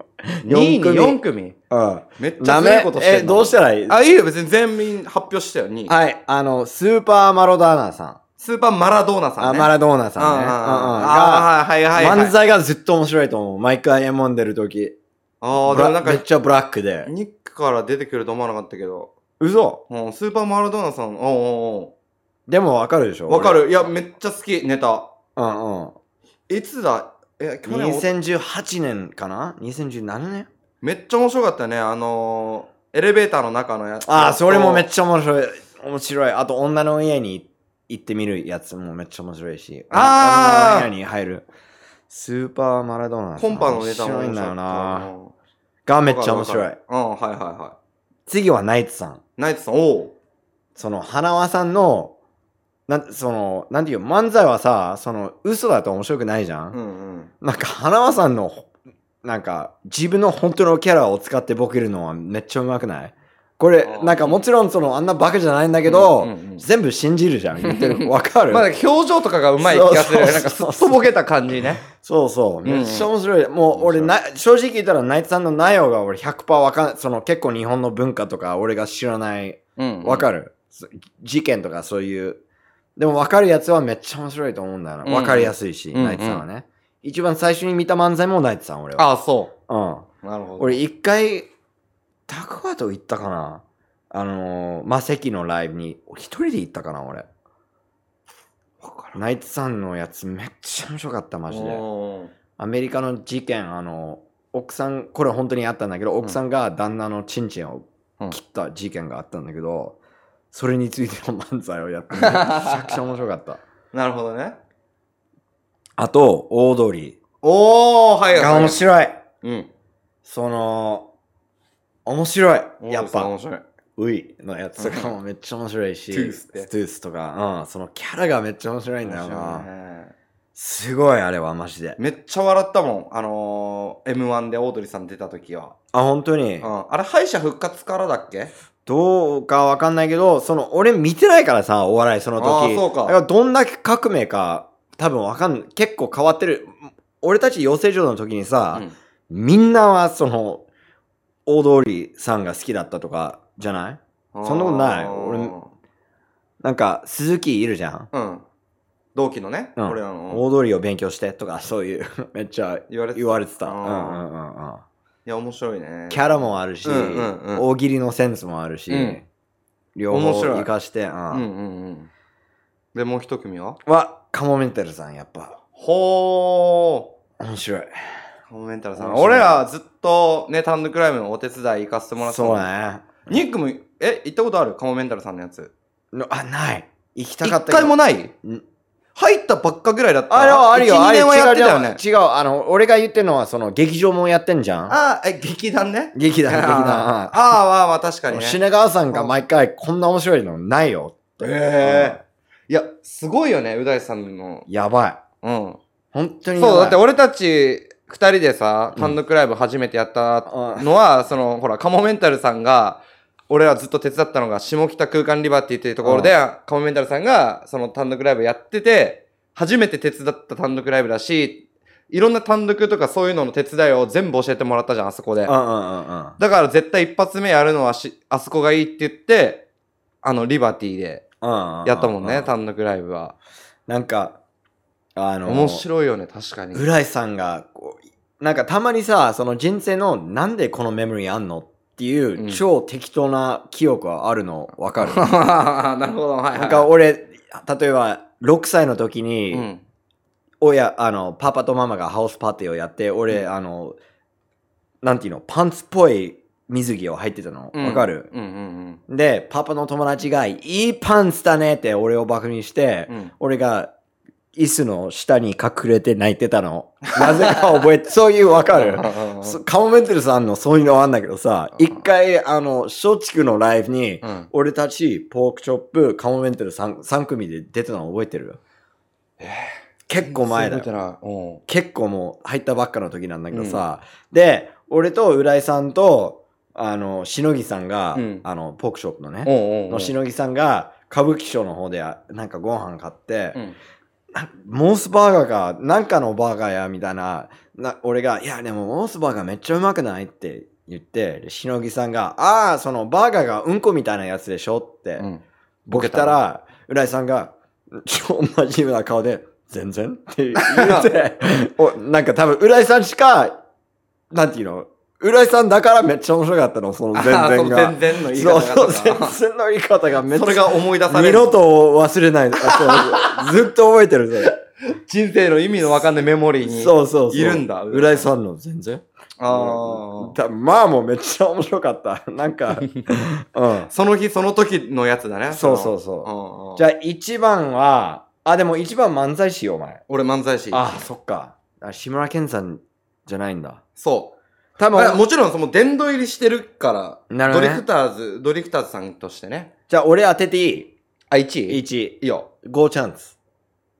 Speaker 3: 2位に
Speaker 2: 四組
Speaker 3: 4組
Speaker 2: の。うん。
Speaker 3: めっち
Speaker 2: ダ
Speaker 3: ゃすごい
Speaker 2: メ
Speaker 3: ことして
Speaker 2: え、
Speaker 3: る。
Speaker 2: どうしたらいい
Speaker 3: あ、いいよ、別に全員発表したよ、2位。
Speaker 2: はい、あの、スーパーマロダーナさん。
Speaker 3: スーパーマラドーナさ
Speaker 2: あ
Speaker 3: んね。
Speaker 2: マラドーナ
Speaker 3: ド
Speaker 2: さんね。うんうんが
Speaker 3: あーはいはいはいはい。
Speaker 2: 漫才がずっと面白いと思う。毎回 M1 出るとき。
Speaker 3: ああ、
Speaker 2: ブ
Speaker 3: で
Speaker 2: ラ
Speaker 3: もなん
Speaker 2: めっ
Speaker 3: か、
Speaker 2: ちゃブラックで。
Speaker 3: ニックから出てくると思わなかったけど。
Speaker 2: 嘘
Speaker 3: うん、スーパーマラドーナさん、おうお
Speaker 2: でもわかるでし
Speaker 3: うお
Speaker 2: ょ
Speaker 3: うわか。る。いや、めっちゃ好き、ネタ。
Speaker 2: 俺うんうん。
Speaker 3: いつだえ、去年お
Speaker 2: 2018年かな ?2017 年
Speaker 3: めっちゃ面白かったね。あのー、エレベーターの中のやつ。
Speaker 2: ああ、それもめっ
Speaker 3: ゃ。
Speaker 2: ちゃ面白い。面白い。あと、女の家に行ってみるやつもめっちゃ面白いし。
Speaker 3: あー
Speaker 2: 女の家に入る。スーパーマラドーナさん。
Speaker 3: コンパのネタも
Speaker 2: 面白いん
Speaker 3: 面白い
Speaker 2: だよな。
Speaker 3: うん
Speaker 2: がめっちゃ面白
Speaker 3: わ
Speaker 2: い
Speaker 3: か。るわかるうん、はいはいは
Speaker 2: 次はナイツさん。
Speaker 3: い。ナイツさん、おう。
Speaker 2: その、花輪さんの、なん、その、なんていう、漫才はさ、その、嘘だと面白くないじゃ、
Speaker 3: うんんうん。
Speaker 2: なんか、花輪さんの、なんか、自分の本当のキャラを使ってボケるのはめっちゃうまくないこれ、なんかもちろんその、あんなバカじゃないんだけど、
Speaker 3: うんうんうん
Speaker 2: 全部信じる
Speaker 3: <laughs>
Speaker 2: じゃん。言ってる。わかる、
Speaker 3: まあ、表情とかがうまい気がするよね。
Speaker 2: そう
Speaker 3: な
Speaker 2: んそうそ
Speaker 3: かす
Speaker 2: う
Speaker 3: っとぼけた感じね。
Speaker 2: そうそう。
Speaker 3: んうん
Speaker 2: めっちゃ面白い。もう俺な、正直言ったら、ナイツさんの内容が俺100%わかん、その結構日本の文化とか俺が知らない、
Speaker 3: うん
Speaker 2: わ
Speaker 3: る。
Speaker 2: かる、そ事件とかそういう。でもわかるやつはめっちゃ面白いと思うんだよな。
Speaker 3: うんうん
Speaker 2: わかりやすいし、
Speaker 3: うんうん
Speaker 2: ナイツさんはね。一番最初に見た漫才もナイツさん、俺は。
Speaker 3: ああ、そ
Speaker 2: うん。
Speaker 3: う。なるほど。
Speaker 2: 俺一回、タクワと行ったかなあのー、マセキのライブに、俺一人で行ったかな俺。ナイツさんのやつめっちゃ面白かった、マジで。
Speaker 3: おー
Speaker 2: アメリカの事件、あの、奥さん、これ本当にあったんだけど、奥さんが旦那のチンチンを切った事件があったんだけど、それについての漫才をやって、めち
Speaker 3: <laughs>
Speaker 2: ゃくちゃ面白かった。
Speaker 3: なるほどね。
Speaker 2: あと、オードリ
Speaker 3: おー、はい
Speaker 2: ー。
Speaker 3: はい
Speaker 2: が
Speaker 3: はい。
Speaker 2: 面白い。
Speaker 3: うん。
Speaker 2: その、面白い。やっぱ。
Speaker 3: 面白い。
Speaker 2: ウイのやつとかもめっちゃ面白いし、
Speaker 3: トゥースって
Speaker 2: トゥースとか、うん、そのキャラがめっちゃ面白いんだよ
Speaker 3: 面白い
Speaker 2: な。
Speaker 3: ね
Speaker 2: すごい、あれは、マジで。
Speaker 3: めっちゃ笑ったもん。あのー、M1 でオードリーさん出た時は。
Speaker 2: あ、本当に
Speaker 3: う。ん。あれ、敗者復活からだっけ
Speaker 2: どうかわかんないけど、その、俺見てないからさ、お笑いその時。
Speaker 3: あーそうか
Speaker 2: だらどんだけ革命か、多分わかん、結構変わってる。俺たち養成所の時にさ、
Speaker 3: うん
Speaker 2: みんなはその、大通りさんが好きだったとか、じゃないそんなことない
Speaker 3: あー
Speaker 2: 俺なんか、鈴木いるじゃん。
Speaker 3: うん。同期のね、
Speaker 2: うん
Speaker 3: 俺らの。
Speaker 2: 大通りを勉強してとか、そういう、 <laughs> めっちゃ
Speaker 3: 言われて
Speaker 2: 言われてた。
Speaker 3: あ
Speaker 2: うん
Speaker 3: ー
Speaker 2: うんうんうん。
Speaker 3: いや、面白いね。
Speaker 2: キャラもあるし、
Speaker 3: うんうんうん
Speaker 2: 大喜利のセンスもあるし、
Speaker 3: うん
Speaker 2: 両
Speaker 3: 面
Speaker 2: 方
Speaker 3: 白い
Speaker 2: 活かして、う
Speaker 3: うん
Speaker 2: ん。
Speaker 3: うんうん。で、もう一組は
Speaker 2: は、カモメンタルさん、やっぱ、
Speaker 3: ほ
Speaker 2: 面白い。
Speaker 3: ー。コメンタルさん。
Speaker 2: 面白い
Speaker 3: 俺らずっとね、単独ライブのお手伝い行かせてもらってた
Speaker 2: そ
Speaker 3: も。
Speaker 2: うんね。
Speaker 3: ニックも、え、行ったことあるカモメンタルさんのやつ。
Speaker 2: のあ、ない。行きた
Speaker 3: 一
Speaker 2: かった
Speaker 3: 回も
Speaker 2: ない。
Speaker 3: ない
Speaker 2: うん
Speaker 3: 入ったばっかぐらいだった。
Speaker 2: あれはあるよ、
Speaker 3: 1
Speaker 2: あ
Speaker 3: 2
Speaker 2: れ
Speaker 3: 年はやってたよね。
Speaker 2: 違う違う、あの、俺が言ってるのは、その、劇場もやってんじゃん。
Speaker 3: ああ、え、劇団ね。
Speaker 2: 劇団、劇 <laughs>
Speaker 3: あ
Speaker 2: 団。
Speaker 3: ーあー、まあまあ、確か
Speaker 2: う
Speaker 3: に
Speaker 2: ん
Speaker 3: ね。
Speaker 2: 品川さんが毎回、こんな面白いのないよって。
Speaker 3: ええいや、すごいよね、うだいさんの
Speaker 2: うん。やばい。
Speaker 3: うん。
Speaker 2: 本当にやばい。
Speaker 3: そう、だって俺たち2人でさ、単独ライブ初めてやったのは、 <laughs> その、ほら、カモメンタルさんが、俺らずっと手伝ったのが、下北空間リバティっていうところで、カモメンタルさんが、その単独ライブやってて、初めて手伝った単独ライブだし、いろんな単独とかそういうのの手伝いを全部教えてもらったじゃん、あそこで。
Speaker 2: うんうんうんうん。
Speaker 3: だから絶対一発目やるのはし、あそこがいいって言って、あの、リバティでやったもん
Speaker 2: ううう
Speaker 3: ね、単独ライブは。
Speaker 2: なんか、あの、
Speaker 3: 面白いよね、確か <laughs> に。
Speaker 2: 浦井さんがこうなんかたまにさその人生のなんでこのメモリーあんのっていううん超適当な記憶はあるのわかる
Speaker 3: なるほど、はい、
Speaker 2: なんか俺例えば6歳の時に、
Speaker 3: うん。
Speaker 2: 親あのパパとママがハウスパーティーをやって俺、
Speaker 3: うん
Speaker 2: あのなんていうのパンツっぽい水着を履いてたのわ、かる
Speaker 3: うんうん
Speaker 2: でパパの友達が「いいパンツだね」って俺をバカにして、
Speaker 3: うん。うん
Speaker 2: 俺が椅子の下に隠れて泣いてたの。なぜか覚え
Speaker 3: <laughs>
Speaker 2: て、そういうわかる
Speaker 3: うんうん
Speaker 2: そカモメンテルさんのそういうのはあんだけどさ、
Speaker 3: うん
Speaker 2: 一回、あの、松竹のライブに、
Speaker 3: うん。
Speaker 2: 俺たち、ポークチョップ、カモメンテル 3, 3組で出てたの覚えてる結構前だ
Speaker 3: 覚えて
Speaker 2: よ。
Speaker 3: ないうん
Speaker 2: 結構もう入ったばっかの時なんだけどさ、で、俺と浦井さんと、あの、しのぎさんが、
Speaker 3: うん
Speaker 2: あの、ポークチョップのね、
Speaker 3: うんうんうん。
Speaker 2: のしのぎさんが、歌舞伎町の方で、あなんかご飯買って、
Speaker 3: うん
Speaker 2: モースバーガーか、なんかのバーガーや、みたいな、な、俺が、いや、でもモースバーガーめっちゃうまくないって言って、でしのぎさんが、ああ、そのバーガーがうんこみたいなやつでしょって、
Speaker 3: うん。
Speaker 2: ボケたら、浦井さんが、超真面目な顔で、全然って言って、 <laughs> おなんか多分浦井さんしか、なんていうの、浦井さんだからめっちゃ面白かったの、その全
Speaker 3: あーそ
Speaker 2: 然
Speaker 3: の
Speaker 2: が
Speaker 3: 全。然の言い
Speaker 2: そ
Speaker 3: 方
Speaker 2: うそう、全
Speaker 3: が。
Speaker 2: 然の言い方がめっち
Speaker 3: <laughs> そ
Speaker 2: ゃ
Speaker 3: れ。が思い出さ
Speaker 2: 二
Speaker 3: れる。
Speaker 2: 度と忘れない。あそうずっと覚えてる、それ。
Speaker 3: 人生の意味のわかんないメモリーに。
Speaker 2: そうそうそう。
Speaker 3: いるんだ
Speaker 2: 浦井さんの全然。
Speaker 3: ああ。
Speaker 2: だまあもうめっちゃ面白かった。なんか、うん。
Speaker 3: その日その時のやつだね。
Speaker 2: そうそうそう。
Speaker 3: そ
Speaker 2: じ
Speaker 3: じ
Speaker 2: ゃ
Speaker 3: ゃ
Speaker 2: あ一番は、あ、でも一番漫才師よ、お前。
Speaker 3: 俺漫才師。
Speaker 2: あ、そっか。あ志村けんさんじゃないんだ。
Speaker 3: そう。
Speaker 2: 多
Speaker 3: まあ
Speaker 2: 分、
Speaker 3: もちろんその殿堂入りしてるから。
Speaker 2: なるほ
Speaker 3: ド
Speaker 2: ど
Speaker 3: リ
Speaker 2: ね
Speaker 3: フターズ、ドリフターズさんとしてね。
Speaker 2: じゃあ俺当ててい
Speaker 3: あ、1
Speaker 2: い
Speaker 3: 位い
Speaker 2: ?1。
Speaker 3: いよ。
Speaker 2: 5チャンス。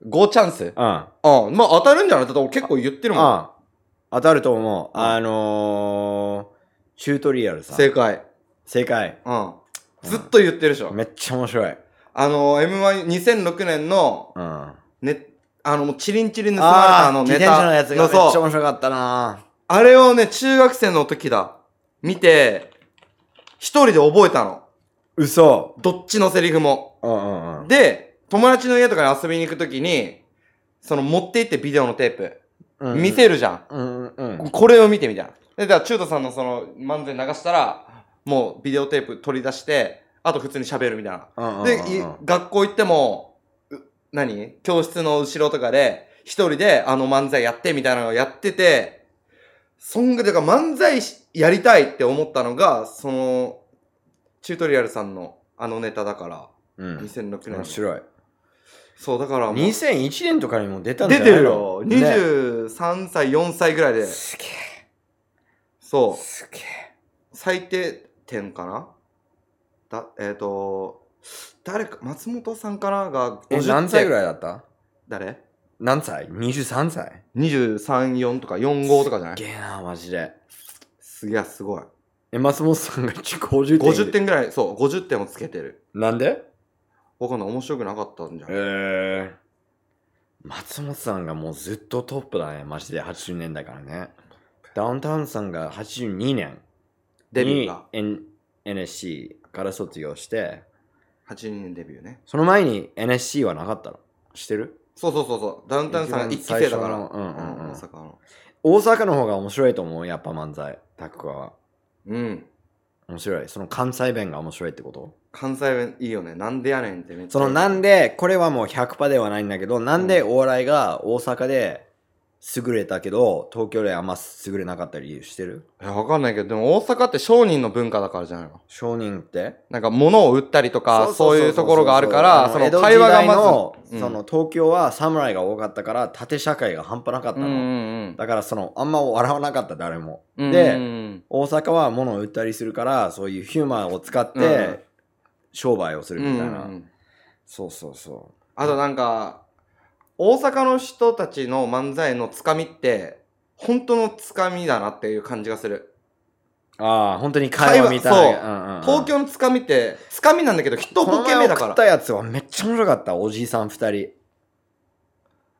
Speaker 3: 5チャンス。うん。
Speaker 2: うん。うん。
Speaker 3: まあ当たるんじゃないだって俺結構言ってるもん。
Speaker 2: 当たると思う。あのー、チュートリアルさん。
Speaker 3: 正解。
Speaker 2: 正解。
Speaker 3: うん。ずっと言ってるでしょ。
Speaker 2: めっちゃ面白い。
Speaker 3: あの、M12006 年の、
Speaker 2: うん。あ
Speaker 3: ね、あの、もうチリンチリン盗まれた
Speaker 2: あ
Speaker 3: あの
Speaker 2: ー、
Speaker 3: ネ
Speaker 2: 自
Speaker 3: タ。
Speaker 2: 転車のやつがめっちゃ
Speaker 3: そう。
Speaker 2: 面白かったな
Speaker 3: あれをね、中学生の時だ。見て、一人で覚えたの。
Speaker 2: 嘘。
Speaker 3: どっちのセリフも。
Speaker 2: うんうんうん。
Speaker 3: で、友達の家とかに遊びに行く時に、その持って行ってビデオのテープ。
Speaker 2: うん
Speaker 3: 見せるじゃん。
Speaker 2: うんうんうん。
Speaker 3: これを見てみたいな。で、だから、中途さんのその、漫才流したら、もう、ビデオテープ取り出して、あと普通に喋るみたいな。
Speaker 2: うんうんうん
Speaker 3: で、い学校行っても、う何教室の後ろとかで、一人であの漫才やってみたいなのをやってて、そんぐらい、だから漫才しやりたいって思ったのが、その、チュートリアルさんのあのネタだから、
Speaker 2: うん。
Speaker 3: 2006年の
Speaker 2: 面。白い。
Speaker 3: そう、だからもう、出
Speaker 2: 2001年とかにも出たんじゃない
Speaker 3: てるよ。
Speaker 2: ね
Speaker 3: 23歳、4歳ぐらいで。
Speaker 2: すげ
Speaker 3: そ
Speaker 2: え。
Speaker 3: う。
Speaker 2: すげえ。
Speaker 3: 最低点かなだえっ、と誰か松本さんかなが
Speaker 2: え、何歳ぐ
Speaker 3: い
Speaker 2: らいだった
Speaker 3: 誰
Speaker 2: 何歳 ?23 歳
Speaker 3: ?234 とか45とかじゃない
Speaker 2: すげえな、マジで。
Speaker 3: すげえすごい
Speaker 2: え、松本さんが50点。
Speaker 3: 50。点ぐらいそう50点をつけてる
Speaker 2: なんで
Speaker 3: わかんない面白くなかったんじゃん
Speaker 2: えー。松本さんがもうずっとトップだね、マジで80年だからね。ダウンタウンさんが82年
Speaker 3: デビュー
Speaker 2: に
Speaker 3: が
Speaker 2: N- NSC から卒業して、
Speaker 3: 82年デビューね
Speaker 2: その前に NSC はなかったの知ってる
Speaker 3: そうそうそうそうダウンタウンさんが1期
Speaker 2: 一番最
Speaker 3: 生
Speaker 2: 初
Speaker 3: だ
Speaker 2: の
Speaker 3: か
Speaker 2: う
Speaker 3: ら
Speaker 2: んうんうん
Speaker 3: 大阪の
Speaker 2: 大阪の方が面白いと思う、やっぱ漫才。タクは。
Speaker 3: うん
Speaker 2: 面白い。その関西弁が面白いってこと
Speaker 3: 関西弁いいよねなんでやねんってめっちゃ
Speaker 2: そのなんで
Speaker 3: で
Speaker 2: これはもう100%ではないんだけどなんでお笑いが大阪で優れたけど東京であんま優れなかった理由してる
Speaker 3: えわかんないけどでも大阪って商人の文化だからじゃないの
Speaker 2: 商人って
Speaker 3: なんか物を売ったりとかそういうところがあるか
Speaker 2: あ
Speaker 3: ら
Speaker 2: の
Speaker 3: そ
Speaker 2: 江
Speaker 3: の
Speaker 2: 戸
Speaker 3: 会
Speaker 2: 時
Speaker 3: 話
Speaker 2: 代
Speaker 3: が
Speaker 2: の
Speaker 3: まず
Speaker 2: その東京は侍が多かったから縦社会が半端なかった
Speaker 3: うんうん
Speaker 2: の
Speaker 3: うん
Speaker 2: だからそのあんま笑わなかった誰も
Speaker 3: うん
Speaker 2: で
Speaker 3: うん
Speaker 2: 大阪は物を売ったりするからそういうヒューマンを使っ
Speaker 3: うん
Speaker 2: て商売をする
Speaker 3: うんう
Speaker 2: み
Speaker 3: ん
Speaker 2: たいうなんそうそうそ
Speaker 3: あとなんか大阪の人たちの漫才のつかみって本当のつかみだなっていう感じがする
Speaker 2: うああ本当に会話みたい
Speaker 3: 会
Speaker 2: な
Speaker 3: 東京のつかみってつかみなんだけど一ボケ目だ
Speaker 2: この前
Speaker 3: か
Speaker 2: 送った
Speaker 3: ら
Speaker 2: やつはめっちゃ面白かったおじいさん二人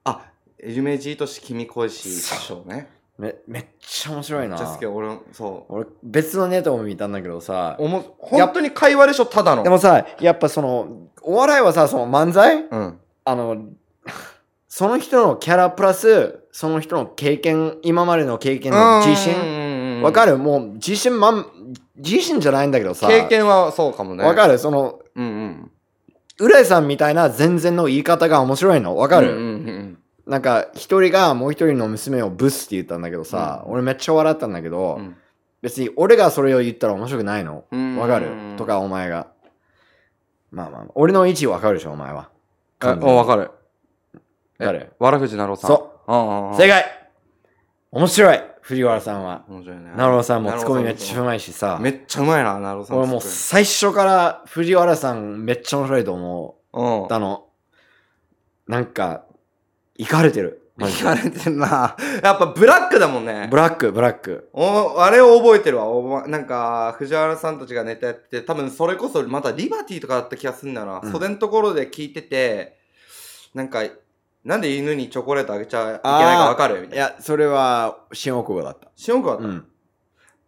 Speaker 3: あ夢じいとし君恋しい師匠ね
Speaker 2: めめっちゃ面白い
Speaker 3: め
Speaker 2: な
Speaker 3: っちゃ好き俺そう
Speaker 2: 俺別のネタも見たんだけどさ
Speaker 3: おも本当に会話でしょただの
Speaker 2: でもさやっぱそのお笑いはさその漫才
Speaker 3: うん
Speaker 2: あの <laughs> その人のキャラプラスその人の経験今までの経験の自信わか
Speaker 3: る
Speaker 2: るもう自信まん自信じゃないんだけどさ
Speaker 3: 経験はそうかもね
Speaker 2: わか
Speaker 3: る
Speaker 2: るその
Speaker 3: うんうん
Speaker 2: 浦井さんみたいな全然の言い方が面白いのわかる、
Speaker 3: うんうんうん
Speaker 2: なんか一人がもう一人の娘をブスって言ったんだけどさ、
Speaker 3: うん
Speaker 2: 俺めっちゃ笑ったんだけど、
Speaker 3: うん
Speaker 2: 別に俺がそれを言ったら面白くないの
Speaker 3: うん
Speaker 2: わかるとかお前がまあまあ俺の位置わかるでしょお前は
Speaker 3: えうん
Speaker 2: 完全に
Speaker 3: わかるえ
Speaker 2: 誰
Speaker 3: わらふじなろうさん
Speaker 2: そう
Speaker 3: うんうんうん
Speaker 2: 正解面白い藤原さんは
Speaker 3: 面白いね
Speaker 2: なるおさんもツッコミめっちゃう
Speaker 3: う
Speaker 2: まいしさ
Speaker 3: めっちゃうまいななるおさん
Speaker 2: 俺もう
Speaker 3: す
Speaker 2: 最初から藤原さんめっちゃ面白いと思
Speaker 3: ごいううん
Speaker 2: だのなんかいかれてるマジで
Speaker 3: 言われてんなやっぱブラックだもんね
Speaker 2: ブラックブラック
Speaker 3: おあれを覚えてるわおまなんか藤原さんたちがネタやってて多分それこそまたリバティとかだった気がするんだよな、
Speaker 2: うん
Speaker 3: 袖のところで聞いててなんかなんで犬にチョコレートあげちゃいけないかわかるみた
Speaker 2: い
Speaker 3: いな
Speaker 2: やそれは新大久保だった
Speaker 3: しよくは
Speaker 2: うん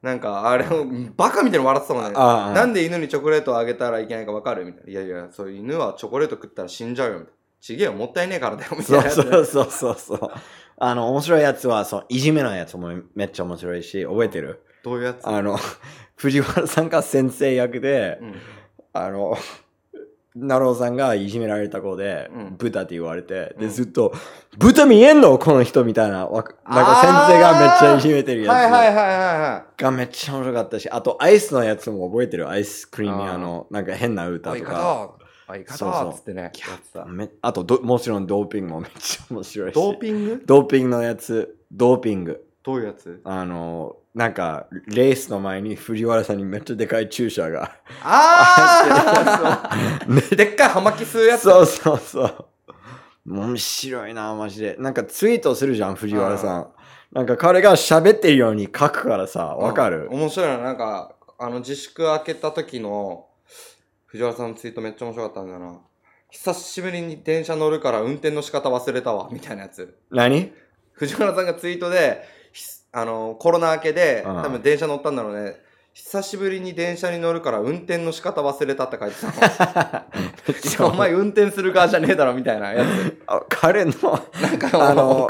Speaker 3: なんかあれをバカみたいに笑ってたもんね
Speaker 2: ああ
Speaker 3: なんで犬にチョコレートをあげたらいけないか分かるみたいな。いやいや、そう犬はチョコレート食ったら死んじゃうよみたいな。ちげえよ、もったいねえからだよみた
Speaker 2: そ
Speaker 3: いな
Speaker 2: う
Speaker 3: やつ。
Speaker 2: そうそうそうそう。あの、面白いやつは、そう、いじめのやつもめっちゃ面白いし、覚えてる
Speaker 3: どういうやつ
Speaker 2: あの、 <laughs> 藤原さんが先生役で
Speaker 3: う、ん
Speaker 2: あの、なるおさんがいじめられた子で、
Speaker 3: うん
Speaker 2: 豚って言われて、
Speaker 3: う
Speaker 2: で、
Speaker 3: ん
Speaker 2: ずっと、豚見えんのこの人みたいな、わかなんか先生がめっちゃいじめてるやつ。
Speaker 3: はいはいはいはいは。
Speaker 2: がめっちゃ面白かったし、あとアイスのやつも覚えてるアイスクリーム屋のなんか変ない歌
Speaker 3: おい
Speaker 2: と
Speaker 3: か
Speaker 2: か。
Speaker 3: とおいか
Speaker 2: そうそ
Speaker 3: と
Speaker 2: う
Speaker 3: つってね。やってた
Speaker 2: めあとど、もちろんドーピングも <laughs> めっちゃ面白いし。
Speaker 3: ドーピング
Speaker 2: ドーピングのやつ、ドーピング。
Speaker 3: どういうやつ
Speaker 2: あの、なんか、レースの前に藤原さんにめっちゃでかい注射が。
Speaker 3: あ
Speaker 2: ね
Speaker 3: あでっかい葉巻吸うやつ。
Speaker 2: そうそうそう。面白いな、マジで。なんかツイートするじゃん、藤原さん。なんか彼が喋ってるように書くからさ、わかる
Speaker 3: 面白いな、なんか、あの、自粛明けた時の、藤原さんのツイートめっちゃ面白かったんだよな。久しぶりに電車乗るから運転の仕方忘れたわ、みたいなやつ。
Speaker 2: 何
Speaker 3: 藤原さんがツイートで、ひあの、コロナ明けで、
Speaker 2: うん
Speaker 3: 多分電車乗ったんだろうね。久しぶりに電車に乗るから運転の仕方忘れたって書いてたの。
Speaker 2: <laughs>
Speaker 3: い <laughs> やお前運転する側じゃねえだろ、みたいなやつ。
Speaker 2: あ彼の、
Speaker 3: なんかも
Speaker 2: <laughs>
Speaker 3: う
Speaker 2: あの、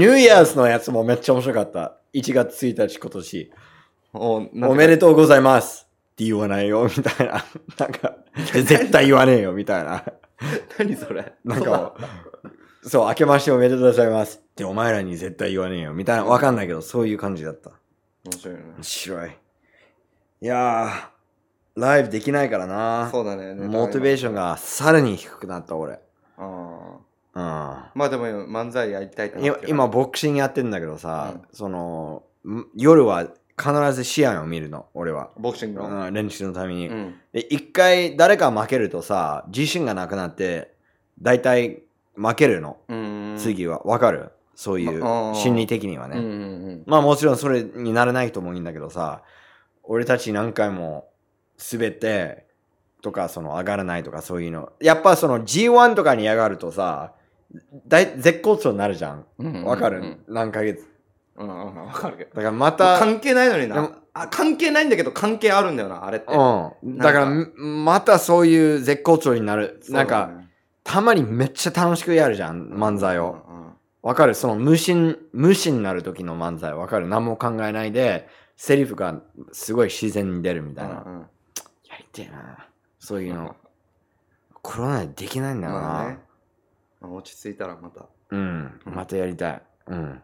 Speaker 2: ニューイヤーズのやつもめっちゃ面白かった。1月1日今年。
Speaker 3: おなんか
Speaker 2: おめでとうございますって言わないよ、みたいな。 <laughs> なんか、絶対言わねえよ、みたいな。 <laughs>
Speaker 3: 何それ
Speaker 2: なんか、そう、明けましておめでとうございますってお前らに絶対言わねえよ、みたいな。わかんないけど、そういう感じだった。
Speaker 3: 面白いよね。
Speaker 2: 面白い。いやー、ライブできないからな。
Speaker 3: そうだね。
Speaker 2: モチベーションがさらに低くなった、俺。
Speaker 3: あー
Speaker 2: うん。
Speaker 3: まあでも漫才やりたいってなっ
Speaker 2: い
Speaker 3: てる
Speaker 2: 今、ボクシングやってんだけどさ、
Speaker 3: うん
Speaker 2: そのん夜は必ず試合を見るの俺は、
Speaker 3: ボクシングの。
Speaker 2: うん、練習のために、
Speaker 3: うん。
Speaker 2: で一回誰か負けるとさ自信がなくなって大体負けるの、
Speaker 3: うん。。
Speaker 2: 次はわかるそういう
Speaker 3: まあー
Speaker 2: 心理的には
Speaker 3: うん
Speaker 2: ね、
Speaker 3: うんうん。
Speaker 2: まあもちろんそれにならない人もいいんだけどさ俺たち何回も滑ってとかその上がらないとかそういうのやっぱその G1 とかに上がるとさだい絶好調になるじゃんわかる、
Speaker 3: うん
Speaker 2: 何ヶ月。
Speaker 3: うんうんうん、わかるけど。
Speaker 2: だからまた、
Speaker 3: 関係ないのに
Speaker 2: で
Speaker 3: な
Speaker 2: も。
Speaker 3: あ、関係ないんだけど関係あるんだよな、あれって。
Speaker 2: うん。だから、またそういう絶好調になる。なんか、たまにめっちゃ楽しくやるじゃん、漫才を。
Speaker 3: を。
Speaker 2: わかるその無心、無心になる時の漫才。わかる何も考えないで、セリフがすごい自然に出るみ
Speaker 3: う
Speaker 2: たい
Speaker 3: ん
Speaker 2: な。
Speaker 3: うん
Speaker 2: やりてえな。そういううんの。コロナでできないんだよな。
Speaker 3: まあねまあ落ち着いたらまた。
Speaker 2: うん。またやりたい。うん。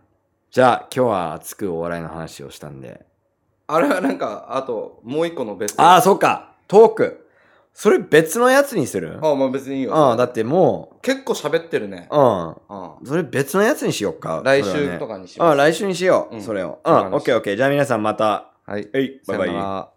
Speaker 2: じゃあ、今日は熱くお笑いの話をしたんで。
Speaker 3: あれはなんか、あと、もう一個の別
Speaker 2: あ
Speaker 3: あ
Speaker 2: あ、そっか。トーク。それ別のやつにする
Speaker 3: あ、まあ別にいいよ。
Speaker 2: うん、だっても
Speaker 3: 結構喋ってるね。
Speaker 2: う、う
Speaker 3: うん
Speaker 2: ん。それ別のやつにしよっか。
Speaker 3: 来週と
Speaker 2: か。
Speaker 3: かにし
Speaker 2: あ、
Speaker 3: ます。
Speaker 2: 来週にしよ
Speaker 3: う
Speaker 2: うんそれを。う
Speaker 3: わかり
Speaker 2: ん、オ
Speaker 3: ま
Speaker 2: ッ
Speaker 3: し
Speaker 2: ケ
Speaker 3: た
Speaker 2: ーオッケー。じゃあ皆さんまた。
Speaker 3: はい。
Speaker 2: はい、バイバ
Speaker 3: さよな
Speaker 2: イ。
Speaker 3: ら